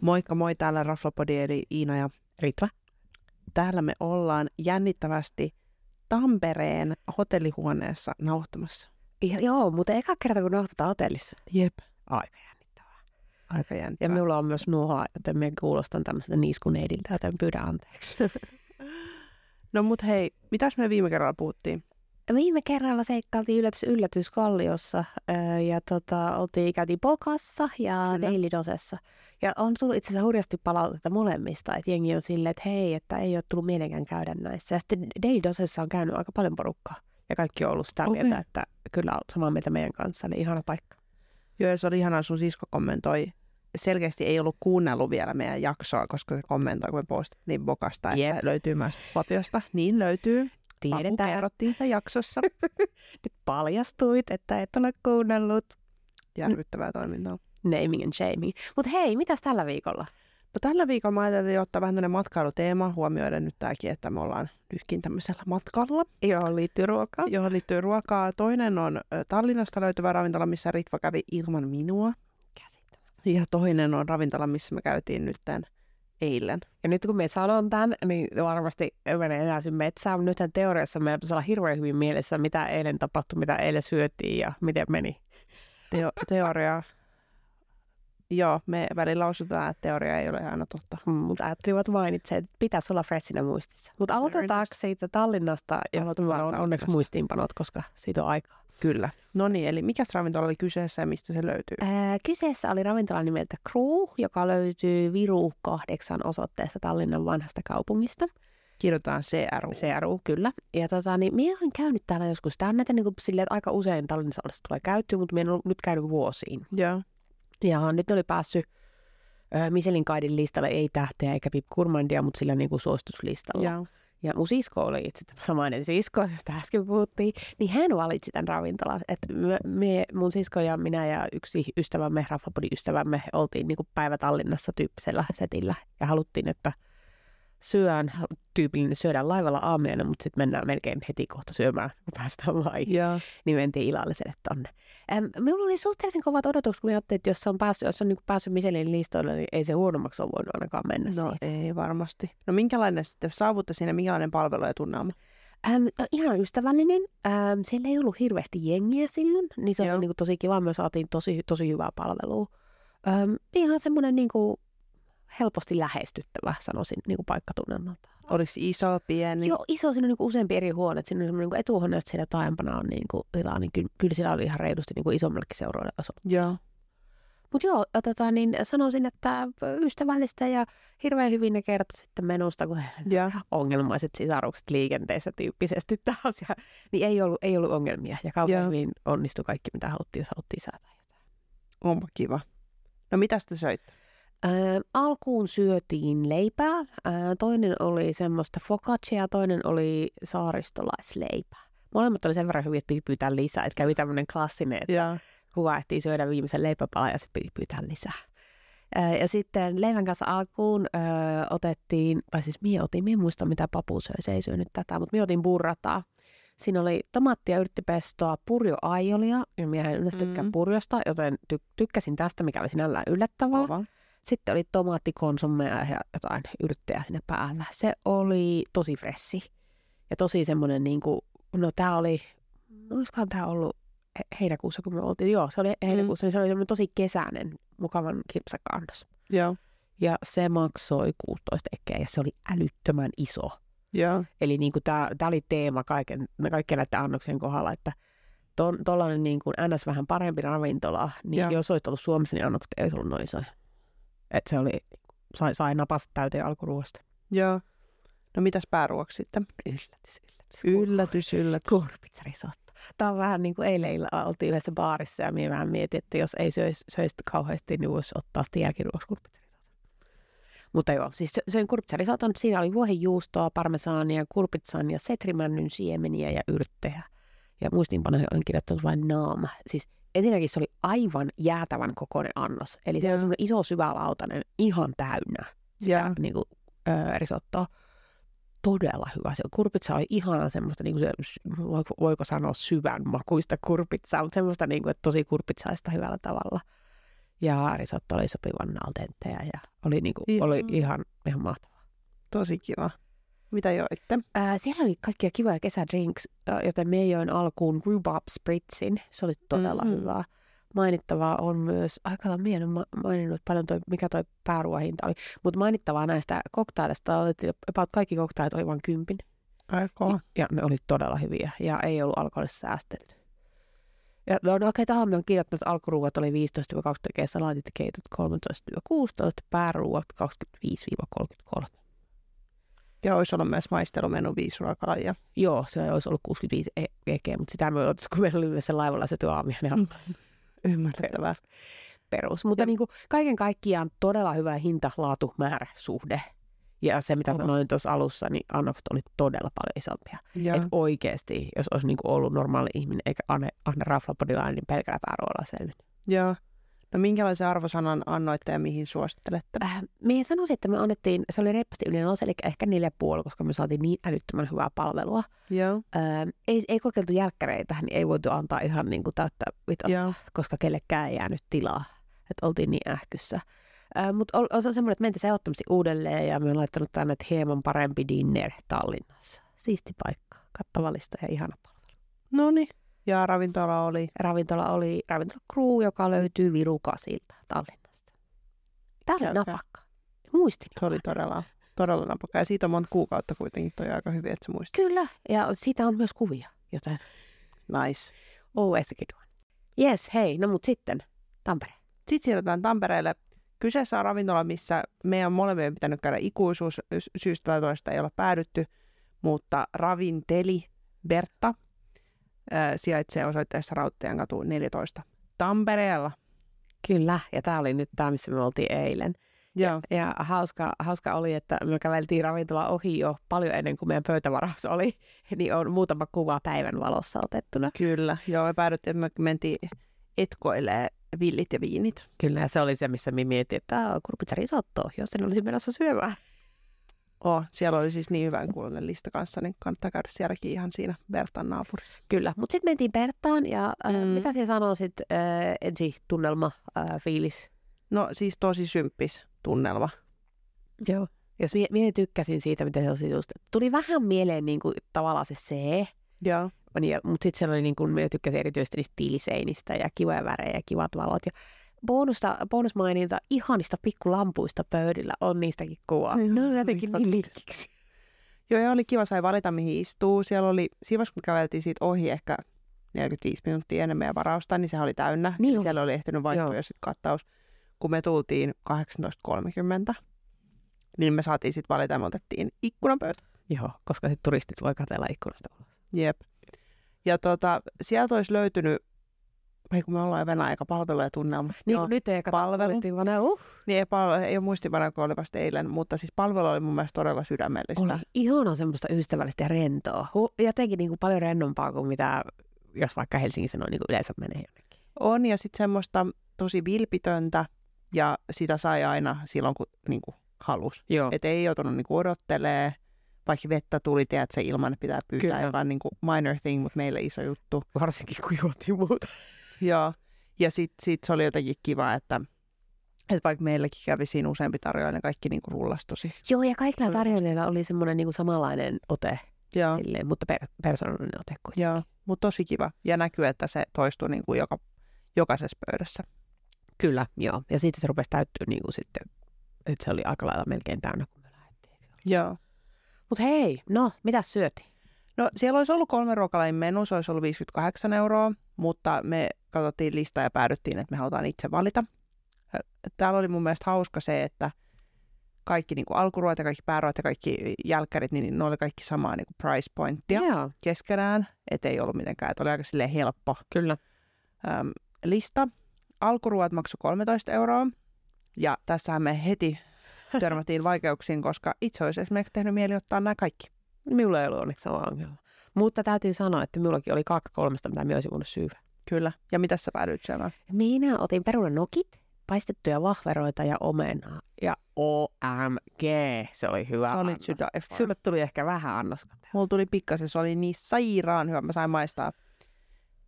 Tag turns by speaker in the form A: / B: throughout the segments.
A: Moikka moi, täällä Raflapodi eli Iina ja
B: Ritva.
A: täällä me ollaan jännittävästi Tampereen hotellihuoneessa nauhoittamassa.
B: Ja, joo, mutta eka kerta kun nauhoitetaan hotellissa.
A: Jep.
B: Aika jännittävää.
A: Aika
B: Ja
A: jännittävää.
B: minulla on myös nuhaa, joten me kuulostan tämmöiseltä niiskuneidiltä, joten pyydän anteeksi.
A: No mut hei, mitäs me viime kerralla puhuttiin?
B: Viime kerralla seikkailtiin yllätys yllätys Kalliossa öö, ja tota, oltiin, käytiin Pokassa ja
A: Kyllä.
B: Neilidosessa. Ja on tullut itse asiassa hurjasti palautetta molemmista, että jengi on silleen, että hei, että ei ole tullut mielenkään käydä näissä. Ja sitten Neilidosessa on käynyt aika paljon porukkaa ja kaikki on ollut sitä
A: Okei.
B: mieltä, että kyllä on samaa mieltä meidän kanssa, eli ihana paikka.
A: Joo, ja se oli ihanaa, sun sisko kommentoi. Selkeästi ei ollut kuunnellut vielä meidän jaksoa, koska se kommentoi, kun me postettiin Bokasta, että
B: Jep.
A: löytyy myös Lapiosta. Niin löytyy. Papu
B: Tiedetään,
A: kerrottiin sitä jaksossa.
B: nyt paljastuit, että et ole kuunnellut.
A: Järkyttävää toimintaa.
B: Naming and shaming. Mutta hei, mitäs tällä viikolla?
A: No, tällä viikolla mä ajattelin ottaa vähän tämmöinen matkailuteema, huomioiden nyt tämäkin, että me ollaan nytkin tämmöisellä matkalla,
B: Joo, liittyy ruokaan.
A: johon liittyy ruokaa. Toinen on ö, Tallinnasta löytyvä ravintola, missä Ritva kävi ilman minua. Ja toinen on ravintola, missä me käytiin nytten eilen.
B: Ja nyt kun me sanon tämän, niin varmasti menee enää metsään. Mutta nythän teoriassa meillä pitäisi olla hirveän hyvin mielessä, mitä eilen tapahtui, mitä eilen syötiin ja miten meni.
A: Teo- teoria. Joo, me välillä osutaan, että teoria ei ole aina totta.
B: Mm, mutta ajattelivat mainitseet, että pitäisi olla freshinä muistissa. Mutta aloitetaanko siitä Tallinnasta, josta
A: Aloitetaan
B: mulla on onneksi
A: Tallinnasta.
B: muistiinpanot, koska siitä on aikaa.
A: Kyllä. No niin, eli mikä ravintola oli kyseessä ja mistä se löytyy?
B: Ää, kyseessä oli ravintola nimeltä Crew, joka löytyy Viru 8 osoitteesta Tallinnan vanhasta kaupungista.
A: Kirjoitetaan CRU.
B: CRU, kyllä. Ja tota, niin minä olen käynyt täällä joskus. Tämä on näitä niin kuin, silleen, että aika usein Tallinnassa olisi tulee käytty, mutta minä en ollut nyt käynyt vuosiin.
A: Joo.
B: Ja nyt ne oli päässyt ö, Michelin kaidin listalle ei tähteä eikä Pip Kurmandia, mutta sillä niin kuin suosituslistalla. Ja.
A: Joo.
B: ja mun sisko oli itse tämä samainen sisko, josta äsken puhuttiin, niin hän valitsi tämän ravintolan. Että me, me, mun sisko ja minä ja yksi ystävämme, Raffapodin ystävämme, oltiin niin kuin päivä Tallinnassa tyyppisellä setillä ja haluttiin, että syön, tyypillinen syödään laivalla aamiaina, mutta sitten mennään melkein heti kohta syömään, kun päästään maihin
A: Joo.
B: niin mentiin ilalliselle tonne. Ähm, minulla oli suhteellisen kovat odotukset, kun ajattelin, että jos se on päässyt, jos se on niin päässyt Michelin listoille, niin ei se huonommaksi ole voinut ainakaan mennä
A: No
B: siitä.
A: ei varmasti. No minkälainen sitten saavutte siinä, minkälainen palvelu ja tunnelma?
B: Ähm, ihan ystävällinen. Ähm, siellä ei ollut hirveästi jengiä silloin, niin se
A: Joo.
B: oli niin kuin tosi kiva. Me saatiin tosi, tosi hyvää palvelua. Ähm, ihan semmoinen niin kuin helposti lähestyttävä, sanoisin, niin kuin paikkatunnelmalta.
A: Oliko se iso, pieni?
B: Niin. Joo, iso, siinä on niin kuin useampi eri huone. että Siinä on semmoinen niin etuhuone, että siellä taempana on niin kuin tilaa, niin kyllä, kyllä siellä oli ihan reilusti niin kuin isommallekin seuroille osa.
A: Joo.
B: Mutta joo, tota, niin sanoisin, että ystävällistä ja hirveän hyvin ne kertoi sitten menusta, kun
A: Ja.
B: ongelmaiset sisarukset liikenteessä tyyppisesti taas. Ja, niin ei ollut, ei ollut ongelmia ja kaupan
A: Joo.
B: hyvin onnistui kaikki, mitä haluttiin, jos haluttiin saada jotain.
A: Onpa kiva. No mitä te söit?
B: Öö, alkuun syötiin leipää, öö, toinen oli semmoista focaccia ja toinen oli saaristolaisleipää. Molemmat oli sen verran hyviä, että piti pyytää lisää. Että kävi tämmöinen klassinen, että
A: Ja.
B: kuva ehtii syödä viimeisen leipäpalan ja sitten piti pyytää lisää. Ää, Ja sitten leivän kanssa alkuun ö, otettiin, tai siis minä otin, minä en muista mitä papu söi, se ei syönyt tätä, mutta minä otin burrataa. Siinä oli tomaattia, yrttipestoa, purjo aiolia, ja minä en yleensä tykkää
A: Mm.
B: mm. purjosta, joten ty- tykkäsin tästä, mikä oli sinällään yllättävää.
A: Kova.
B: Sitten oli tomaattikonsommea ja jotain yrttejä sinne päällä. Se oli tosi fressi ja tosi semmoinen, niin kuin, no tämä oli, olisikohan tämä ollut he- heinäkuussa, kun me oltiin, joo, se oli heinäkuussa, mm. niin se oli semmoinen tosi kesäinen, mukavan kipsakannos.
A: Joo.
B: Ja se maksoi 16 ekkeä ja se oli älyttömän iso.
A: Joo.
B: Eli niin tämä oli teema kaiken, kaikkien näiden annoksien kohdalla, että tuollainen niin kuin NS vähän parempi ravintola, niin
A: Joo.
B: jos olisit ollut Suomessa, niin annokset ei olisi ollut noin isoja. Et se oli, sai, sai napasta täyteen alkuruosta.
A: Joo. No mitäs pääruoksi sitten?
B: Yllätys, yllätys.
A: Yllätys, yllätys.
B: Kuorpitsarisotto. Tämä on vähän niin kuin eilen illalla oltiin yhdessä baarissa ja minä vähän mietin, että jos ei söisi, söisi kauheasti, niin voisi ottaa sitten jälkiruoksi kurpitsarisotto. Mutta joo, siis sö- söin kurpitsarisoton. Siinä oli vuohenjuustoa, parmesaania, kurpitsaania, setrimännyn siemeniä ja yrttejä. Ja muistiinpanoihin olen kirjoittanut vain naama. Siis ensinnäkin se oli aivan jäätävän kokoinen annos. Eli se
A: Joo.
B: oli semmoinen iso syvälautainen, ihan täynnä
A: Ja.
B: niin kuin, ö, risottoa. Todella hyvä. Se kurpitsa oli ihana semmoista, niin kuin se, voiko- voiko niinku, sanoa syvän makuista kurpitsaa, mutta semmoista niin kuin, että tosi kurpitsaista hyvällä tavalla. Ja risotto oli sopivan al denteä ja oli, niinku, oli
A: Ihanaa.
B: ihan, ihan mahtavaa.
A: Tosi kiva. Mitä joitte?
B: Ää, Äh, siellä oli kaikkia kivoja kesädrinks, ää, äh, joten me join alkuun rhubarb spritsin. Se oli todella
A: Mhm.
B: mm-hmm. hyvää. Mainittavaa on myös, aika mie en ole ma- maininnut paljon, toi, mikä toi pääruohinta oli, mutta mainittavaa näistä koktaileista, oli, about kaikki koktailit oli vain kympin.
A: Aikoo.
B: Ja ne oli todella hyviä ja ei ollut alkoholissa säästelty. Ja no, no okei, tähän me on kirjoittanut, että alkuruuat oli 15-20 ja salaatit ja keitot 13-16, pääruuat 25-33.
A: Ja olisi ollut myös maistelumenu viisi ruokalajia.
B: Joo, se olisi ollut 65 e- ekeä, mutta sitä me odotus, kun meillä oli yhdessä laivalla se työaamia, ne on
A: Ymmärrettävää.
B: perus. Mutta niin kuin, kaiken kaikkiaan todella hyvä hinta-laatu-määrä suhde. Ja se, mitä
A: Kova.
B: sanoin tuossa alussa, niin annokset oli todella paljon isompia.
A: Ja,
B: Että oikeasti, jos olisi niin kuin ollut normaali ihminen eikä Anne, Anne Raflapodilainen, niin pelkällä pääruoalla selvi.
A: ja. No minkälaisen arvosanan annoitte ja mihin suosittelette?
B: Äh, me sanoisin, että me annettiin, se oli reippaasti yli nolla, eli ehkä neljä ja puoli, koska me saatiin niin älyttömän hyvää palvelua.
A: Joo.
B: Öö, ei, ei kokeiltu jälkkäreitä, niin ei voitu antaa ihan niin kuin täyttä vitosta,
A: Joo.
B: koska kellekään ei jäänyt tilaa. Että oltiin niin ähkyssä. Öö, Mutta on se semmoinen, että mentiin ehdottomasti uudelleen ja me on laittanut tänne, että hieman parempi dinner Tallinnassa. Siisti paikka, kattavallista ja ihana palvelu.
A: No niin. Ja ravintola oli.
B: Ravintola oli ravintola Crew, joka löytyy Virukasilta Tallinnasta. Tää oli
A: Käykää.
B: napakka. Muistin.
A: Se oli todella, todella napakka. Ja siitä on monta kuukautta kuitenkin. Toi on aika hyvin, että sä muistat.
B: Kyllä, ja siitä on myös kuvia, joten
A: Nice.
B: alwayskin doan. Yes, hei, no mut sitten Tampere.
A: Sitten siirrytään Tampereelle. Kyseessä on ravintola, missä meidän molemmien pitänyt käydä ikuisuus. Sy- Syystä tai toista ei olla päädytty, mutta ravinteli Bertta ää, sijaitsee osoitteessa Rauttian katu 14 Tampereella.
B: Kyllä, ja tää oli nyt tää, missä me oltiin eilen.
A: Joo.
B: Ja hauska, hauska oli, että me käveltiin ravintola ohi jo paljon ennen kuin meidän pöytävaraus oli, niin on muutama kuva päivän valossa otettuna.
A: Kyllä. Joo, me päädyttiin, että me mentiin etkoilee villit ja viinit.
B: Kyllä, ja se oli se, missä me mietin, että kurpitsa risotto, jos en olisi menossa syömään.
A: Oh, siellä oli siis niin hyvän kuulonen lista kanssa, niin kannattaa käydä sielläkin ihan siinä Bertan naapurissa.
B: Kyllä, mutta sitten mentiin Bertaan, ja äh,
A: Mm.
B: mm. mitä sinä sanoisit, äh, ensi tunnelma, äh, fiilis?
A: No siis tosi symppis tunnelma.
B: Joo. Jos mie, mie tykkäsin siitä, miten se on sisustettu. Tuli vähän mieleen niin kuin, tavallaan se C,
A: Joo.
B: mutta sitten se oli, niin kuin, mie tykkäsin erityisesti niistä tiiliseinistä ja kivoja värejä ja kivat valot. Ja bonusta, bonusmaininta ihanista pikkulampuista pöydillä on niistäkin kuvaa.
A: Joo,
B: Ne on jotenkin
A: olivat.
B: niin liikiksi.
A: Joo, ja oli kiva, sai valita mihin istuu. Siellä oli, siinä vaiheessa, kun käveltiin siitä ohi ehkä 45 minuuttia ennen meidän varausta, niin se oli täynnä.
B: Niin
A: Eli
B: oli.
A: siellä oli ehtinyt vaihtua
B: Joo.
A: jo sitten kattaus. Kun me tultiin 18.30, niin me saatiin sitten valita ja me otettiin ikkunapöytä.
B: Joo, koska sitten turistit voi katella ikkunasta ulos.
A: Jep. Ja tota, sieltä olisi löytynyt, vai kun me ollaan jo Venäjä aika palvelu ja tunnelma.
B: Niin
A: Joo.
B: kuin nyt ei katsota
A: palvelu.
B: turistin, vaan ne, uh,
A: Niin ei, palvelu, ei ole muistipana, kun oli vasta eilen, mutta siis palvelu oli mun mielestä todella sydämellistä.
B: Oli ihana semmoista ystävällistä ja rentoa. Hu- Jotenkin niin kuin paljon rennompaa kuin mitä, jos vaikka Helsingissä noin niin kuin yleensä menee jonnekin.
A: On ja sitten semmoista tosi vilpitöntä ja sitä sai aina silloin, kun niinku, halus.
B: Joo.
A: Et ei joutunut niinku, odottelee, vaikka vettä tuli, tiedät, se ilman että pitää pyytää,
B: Kyllä.
A: joka on niinku, minor thing, mutta meille iso juttu.
B: Varsinkin kun juotiin muuta.
A: Joo. Ja sitten sit se oli jotenkin kiva, että et vaikka meilläkin kävi siinä useampi tarjoilija, ne kaikki niinku, rullasi tosi.
B: Joo, ja kaikilla
A: Todella.
B: tarjoilijoilla oli semmoinen niin kuin samanlainen ote,
A: Joo.
B: silleen, mutta per- persoonallinen ote kuin.
A: Joo. Mutta tosi kiva. Ja näkyy, että se toistuu niinku, joka, jokaisessa pöydässä.
B: Kyllä, joo. Ja sitten se rupesi täyttyä niin kuin sitten, että se oli aika lailla melkein täynnä, kun me lähdettiin.
A: Joo.
B: Mutta hei, no, mitä syötiin?
A: No siellä olisi ollut kolme ruokalajin menu, se olisi ollut 58 euroa, mutta me katsottiin listaa ja päädyttiin, että me halutaan itse valita. Ö, Täällä oli mun mielestä hauska se, että kaikki niin kuin alkuruoat ja kaikki pääruoat ja kaikki jälkkärit, niin ne oli kaikki samaa niin kuin price pointtia
B: Joo,
A: keskenään, et ei ollut mitenkään, että oli aika silleen helppo
B: kyllä.
A: äm, lista. Alkuruoat maksoi 13 euroa ja tässähän me heti törmätiin vaikeuksiin, koska itse olisi esimerkiksi tehnyt mieli ottaa nämä kaikki.
B: Minulla ei ollut onneksi sama ongelma. Mutta täytyy sanoa, että minullakin oli kaksi kolmesta, mitä minä olisin voinut syödä.
A: Kyllä. Ja mitä sä päädyit syömään?
B: Minä otin perunanokit, paistettuja vahveroita ja omenaa. Ja OMG, se oli hyvä
A: Sä olit
B: annos.
A: sydän
B: Sulle tuli ehkä vähän annoskatea.
A: Mulla tuli pikkasen, se oli niin sairaan hyvä, mä sain maistaa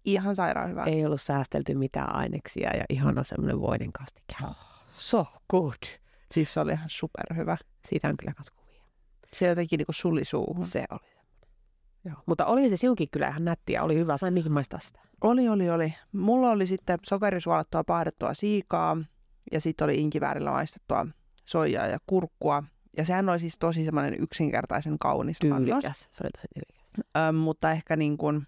A: Ihan sairaan hyvä.
B: Ei ollut säästelty mitään aineksia ja ihana semmoinen voiden kastike. Oh, So good.
A: Siis se oli ihan superhyvä.
B: Siitä on kyllä kans kuvia.
A: Se jotenkin niinku suli suuhun.
B: Se oli semmoinen. Mm. Joo. Mutta oli se siunkin kyllä ihan nätti ja oli hyvä. Sain niinkin maistaa sitä.
A: Oli, oli, oli. Mulla oli sitten sokerisuolattua paahdettua siikaa ja sitten oli inkiväärillä maistettua soijaa ja kurkkua. Ja sehän oli siis tosi semmoinen yksinkertaisen kaunis annos.
B: Tyylikäs. Se oli tosi tyylikäs.
A: Ö, mutta ehkä niin kuin,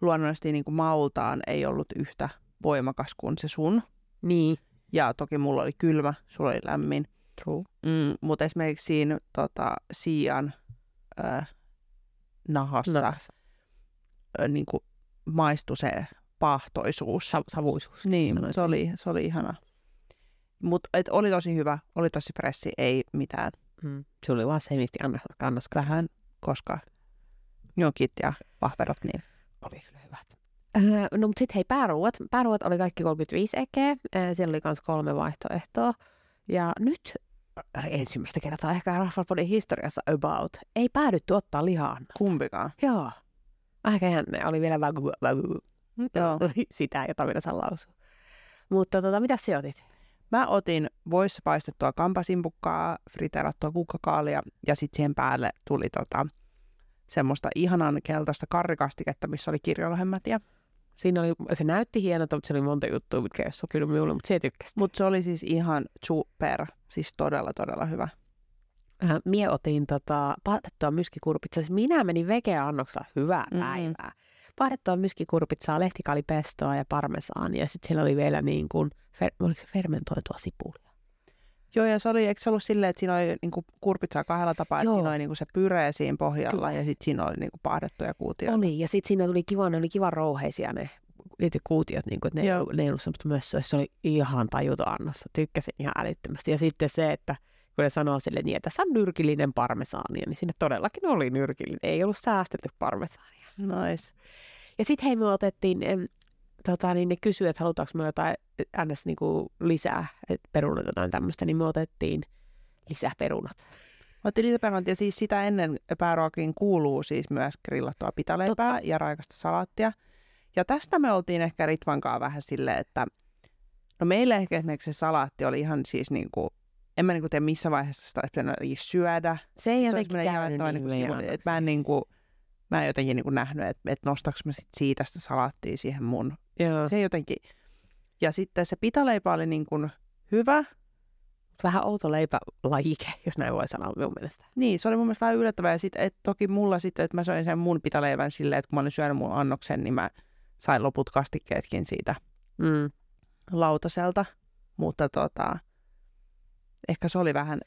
A: luonnollisesti niin kuin maultaan ei ollut yhtä voimakas kuin se sun.
B: Niin.
A: Ja toki mulla oli kylmä, sulla oli lämmin.
B: True.
A: Mm, mutta esimerkiksi siinä tota, siian ö, nahassa no. ö, niin kuin maistui se paahtoisuus.
B: Sa- savuisuus.
A: Niin,
B: sanoisin.
A: se oli, se oli ihana. Mutta oli tosi hyvä, oli tosi pressi, ei mitään.
B: Mm. Se oli vaan semisti annos, annos
A: Vähän, koska nykit ja pahverot, niin
B: oli kyllä hyvät. Öö, no mutta sitten hei, pääruuat. Pääruuat oli kaikki 35 ekeä. Öö, Siellä oli myös kolme vaihtoehtoa. Ja nyt öö, ensimmäistä kertaa ehkä Rahvalpodin historiassa about ei päädytty ottaa lihaan.
A: kumpikaan.
B: Joo. Aika jännä. Oli vielä vägu, vägu.
A: Joo.
B: Sitä, jota minä saan lausua. Mutta tota, mitä sä otit?
A: Mä otin voissa paistettua kampasimpukkaa, friteerattua kukkakaalia ja sitten siihen päälle tuli tota, semmoista ihanan keltaista karrikastiketta, missä oli kirjolohemmätiä.
B: Siinä oli, se näytti hienolta, mutta se oli monta juttua, mitkä ei ole sopinut minulle, mutta se tykkäsi.
A: Mutta se oli siis ihan super, siis todella todella hyvä.
B: Äh, mie otin tota, pahdettua myskikurpitsaa. Siis Minä menin vegeannoksella hyvää
A: Mm.
B: päivää. Pahdettua myskikurpitsaa, lehtikaalipestoa ja parmesaania. Sitten siellä oli vielä niin kuin, fer, oliko se fermentoitua sipulia?
A: Joo, ja se oli, eikö se ollut silleen, että siinä oli niinku kurpitsaa kahdella tapaa, että
B: Joo.
A: siinä oli niinku se pyree siinä pohjalla ja sitten siinä oli niinku paahdettuja kuutioita.
B: Oli, No niin, ja sitten siinä tuli kiva, ne oli kivan rouheisia ne tietyt kuutiot, niin kuin, ne, ei
A: Joo.
B: ollut- ne ei ollut semmoista mössöä. Se oli ihan tajuton annos. Tykkäsin ihan älyttömästi. Ja sitten se, että kun ne sanoo sille niin, että tässä on nyrkillinen parmesaania, niin sinne todellakin oli nyrkillinen. Ei ollut säästetty parmesaania.
A: Nice.
B: Ja sitten hei, me otettiin, em, tota, niin ne kysyi, että halutaanko me jotain eh, ns. Niinku lisää, että perunat jotain tämmöistä, niin me otettiin lisäperunat.
A: Mä Otin lisäperunat ja siis sitä ennen pääruokiin kuuluu siis myös grillattua pitaleipää ja raikasta salaattia. Ja tästä me oltiin ehkä Ritvankaa vähän silleen, että no meillä ehkä esimerkiksi se salaatti oli ihan siis niinku, en mä niinku tiedä missä vaiheessa sitä olisi pitänyt jotenkin syödä.
B: Se ei
A: se olisi
B: Niin, jotenkin
A: semmoinen jaettava
B: käynyt niin
A: niinku
B: meidän
A: sivu, että
B: annokseen.
A: mä en niinku, mä en jotenkin niinku nähnyt, että et nostaks mä sit siitä sitä salaattia siihen mun.
B: Joo.
A: Se jotenkin. Ja sitten se pitaleipä oli niin kuin hyvä,
B: Vähän outo leipälajike, jos näin voi sanoa minun mielestä.
A: Niin, se oli mun mielestä vähän yllättävää. Ja sit, et, toki mulla sitten, että mä söin sen mun pitaleivän silleen, että kun mä olin syönyt mun annoksen, niin mä sain loput kastikkeetkin siitä
B: Mm.
A: lautaselta. Mutta tota, ehkä se oli vähän,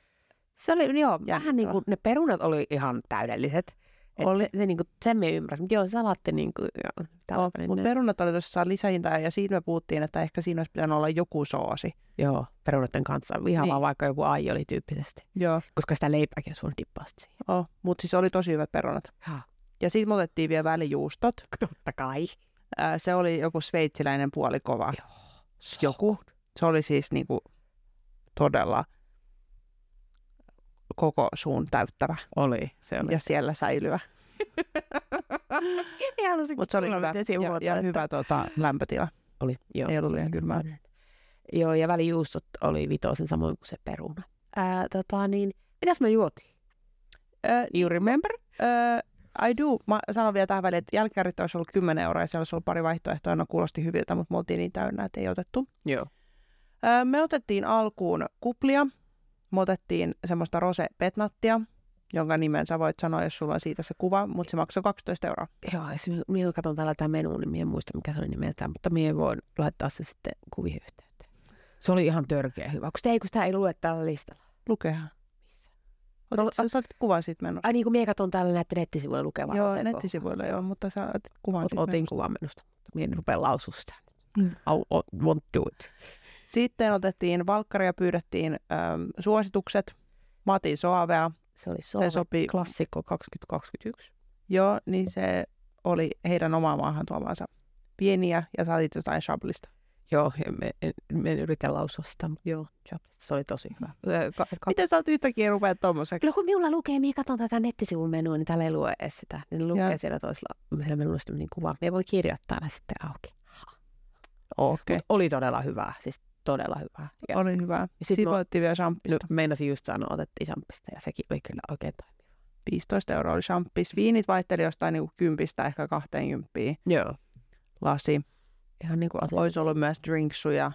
B: Se oli, joo,
A: Jännittävä.
B: vähän niin kuin ne perunat oli ihan täydelliset. Et
A: Oli.
B: Se, se niin kuin, sen me ymmärsin, mutta joo, salaatti niin kuin, joo,
A: no,
B: tällainen,
A: mutta perunat oli tosissaan lisäjintä ja siitä me puhuttiin, että ehkä siinä olisi pitänyt olla joku soosi.
B: joo, perunoiden kanssa, ihan
A: Niin.
B: vaan vaikka joku aioli tyyppisesti,
A: Joo.
B: koska sitä leipääkin olisi voinut dippaa sit siihen.
A: Oh, mutta siis oli tosi hyvät perunat.
B: Jaa.
A: Ja sitten me otettiin vielä välijuustot.
B: Totta kai.
A: Ää, se oli joku sveitsiläinen puolikova.
B: Siis
A: joku. Se oli siis niinku todella koko suun täyttävä
B: Oli, se oli.
A: ja siellä säilyvä.
B: Ja halusin
A: Mutta se oli hyvä, ja, ja hyvä tota, lämpötila.
B: Oli, joo. Mm.
A: Ei ollut liian kylmää.
B: Joo, ja välijuustot oli vitosen samoin kuin se peruna. Ää, tota niin, mitäs me juotiin?
A: Ö,
B: You remember?
A: ö, I do. Mä sanon vielä tähän väliin, että jälkikärit olisi ollut 10 euroa ja siellä olisi ollut pari vaihtoehtoa. No kuulosti hyviltä, mutta me oltiin niin täynnä, että ei otettu.
B: Joo.
A: Ö, me otettiin alkuun kuplia. Me otettiin semmoista rose petnattia, jonka nimen sä voit sanoa, jos sulla on siitä se kuva, mutta se maksoi 12 euroa.
B: Joo, ja se- minä katson täällä tämä menu, niin minä en muista, mikä se oli nimeltään, mutta minä voin laittaa se sitten kuvien yhteyteen. Se oli ihan törkeä hyvä. Kun sitä ei, kun sitä ei lue tällä listalla.
A: Lukehan.
B: Missä?
A: Otit,
B: No,
A: no, sä, sä otit kuvan siitä menosta.
B: Ai niin kuin minä katson täällä näiden nettisivuilla lukevaa.
A: Joo,
B: osaako?
A: nettisivuilla joo, mutta sä otit kuvan
B: Ot,
A: siitä
B: otin
A: menosta.
B: kuvan menusta, mutta minä en rupea lausua sitä.
A: Mm.
B: I won't- won't do it.
A: Sitten otettiin valkkari ja pyydettiin äm, suositukset. Mä otin soavea.
B: Se oli Soome
A: Se sopi,
B: klassikko 2021.
A: joo, niin se oli heidän omaa maahan tuomansa pieniä ja saatit jotain shablista.
B: Joo, en, en, en, en yritä lausua sitä, mutta joo, Chaplet, se oli tosi hyvä. Ö, Ka- ka-
A: Miten sä oot yhtäkkiä rupeat tommoseksi?
B: No kun minulla lukee, minä katson tätä nettisivun menua, niin täällä ei lue edes sitä. Niin lukee
A: Joo.
B: siellä toisella, siellä menulla niin kuva. Me voi kirjoittaa ne sitten auki.
A: Okei.
B: Okay. Oli todella hyvää, siis todella hyvää. Ja
A: Oli hyvä.
B: Ja sit
A: Sitten
B: mä-
A: voitti vielä
B: no,
A: champista.
B: meinasin just sanoa, otettiin champista ja sekin oli kyllä oikein toimiva.
A: 15 euroa oli champis. Viinit vaihteli jostain niinku kympistä ehkä 20
B: Joo.
A: lasi.
B: Ihan niin kuin
A: Olisi ollut myös drinksuja.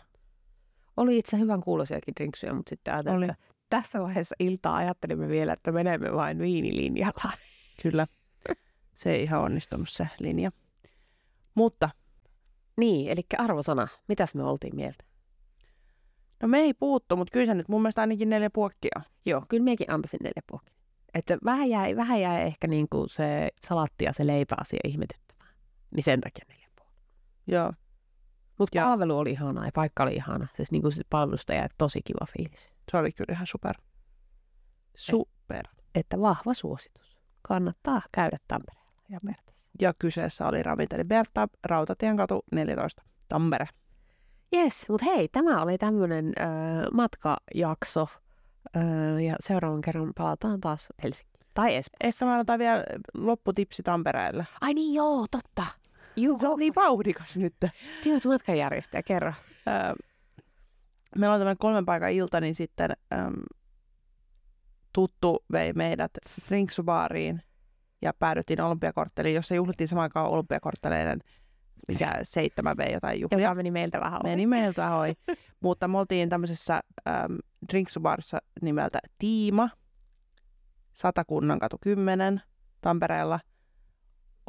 B: Oli itse hyvän kuuloisiakin drinksuja, mutta sitten ajattelin,
A: Oli.
B: että tässä vaiheessa iltaa ajattelimme vielä, että menemme vain viinilinjalla.
A: Kyllä. Se ei ihan onnistunut se linja. Mutta
B: Niin, eli arvosana. Mitäs me oltiin mieltä?
A: No me ei puuttu, mutta kyllä se nyt mun mielestä ainakin neljä puokkia.
B: Joo, kyllä minäkin antaisin neljä puokin. Että vähän jäi, vähän jäi ehkä niin kuin se salatti ja se leipäasia ihmetyttämään. Niin sen takia neljä puokin.
A: Joo.
B: Mutta
A: Ja-
B: palvelu oli ihana ja paikka oli ihana. Siis niin kuin palvelusta jäi tosi kiva fiilis.
A: Se oli kyllä ihan super. Super.
B: Että vahva suositus. Kannattaa käydä Tampereella ja Mertassa.
A: Ja kyseessä oli ravinteli Berta, Rautatien katu 14, Tampere.
B: Jes, mutta hei, tämä oli tämmöinen äh, matkajakso. Äh, ja seuraavan kerran palataan taas Helsinkiin. Tai Espoon.
A: Ehkä mä annan vielä lopputipsi Tampereelle.
B: Ai niin joo, totta. Juu,
A: Sä oot niin vauhdikas nyt.
B: sinä olet matkanjärjestäjä, kerro.
A: Ää, Meillä on tämmöinen kolmen paikan ilta, niin sitten äm, tuttu vei meidät drinksubaariin ja päädyttiin olympiakortteliin, jossa juhlittiin samaan aikaan olympiakortteleiden, mikä seitsemän vei jotain juhlia.
B: Joka meni meiltä vähän ohi.
A: Meni meiltä hoi. Mutta me oltiin tämmöisessä äm, drinksubarissa nimeltä Tiima, Satakunnan katu 10 Tampereella.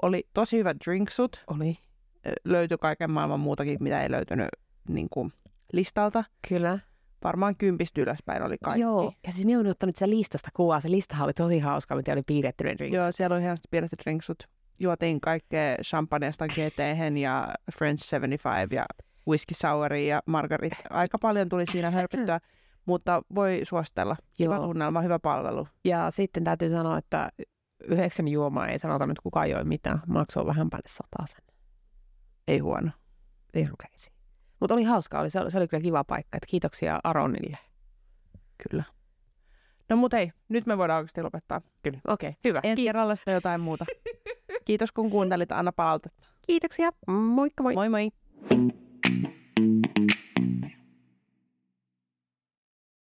A: Oli tosi hyvät drinksut,
B: Oli.
A: ö, löytyi kaiken maailman muutakin, mitä ei löytynyt niin kuin, listalta.
B: Kyllä.
A: Varmaan kympistä ylöspäin oli kaikki.
B: Joo, ja siis minä olen ottanut sitä listasta kuvaa. Se listahan oli tosi hauska, mitä oli piirretty ne drinks.
A: Joo, siellä oli hienosti pienet drinksut. Juotiin kaikkea champagneesta GT ja French 75 ja whisky souria ja margarit. Aika paljon tuli siinä hörpittyä, mutta voi suositella. Kiva
B: Joo.
A: tunnelma, hyvä palvelu.
B: Ja sitten täytyy sanoa, että yhdeksän juomaa ei sanota nyt kuka joi mitään. Maksoi vähän päälle sataa sen.
A: Ei huono.
B: Ihan crazy. Mutta oli hauskaa, oli, se, oli, se oli kyllä kiva paikka. Et kiitoksia Aronille.
A: Kyllä. No mut ei, nyt me voidaan oikeasti lopettaa.
B: Kyllä. Okei, okay, hyvä.
A: Ensi
B: Ki-
A: kerralla sitten jotain muuta. Kiitos kun kuuntelit, anna palautetta.
B: kiitoksia. Moikka moi.
A: Moi moi!
B: Moi.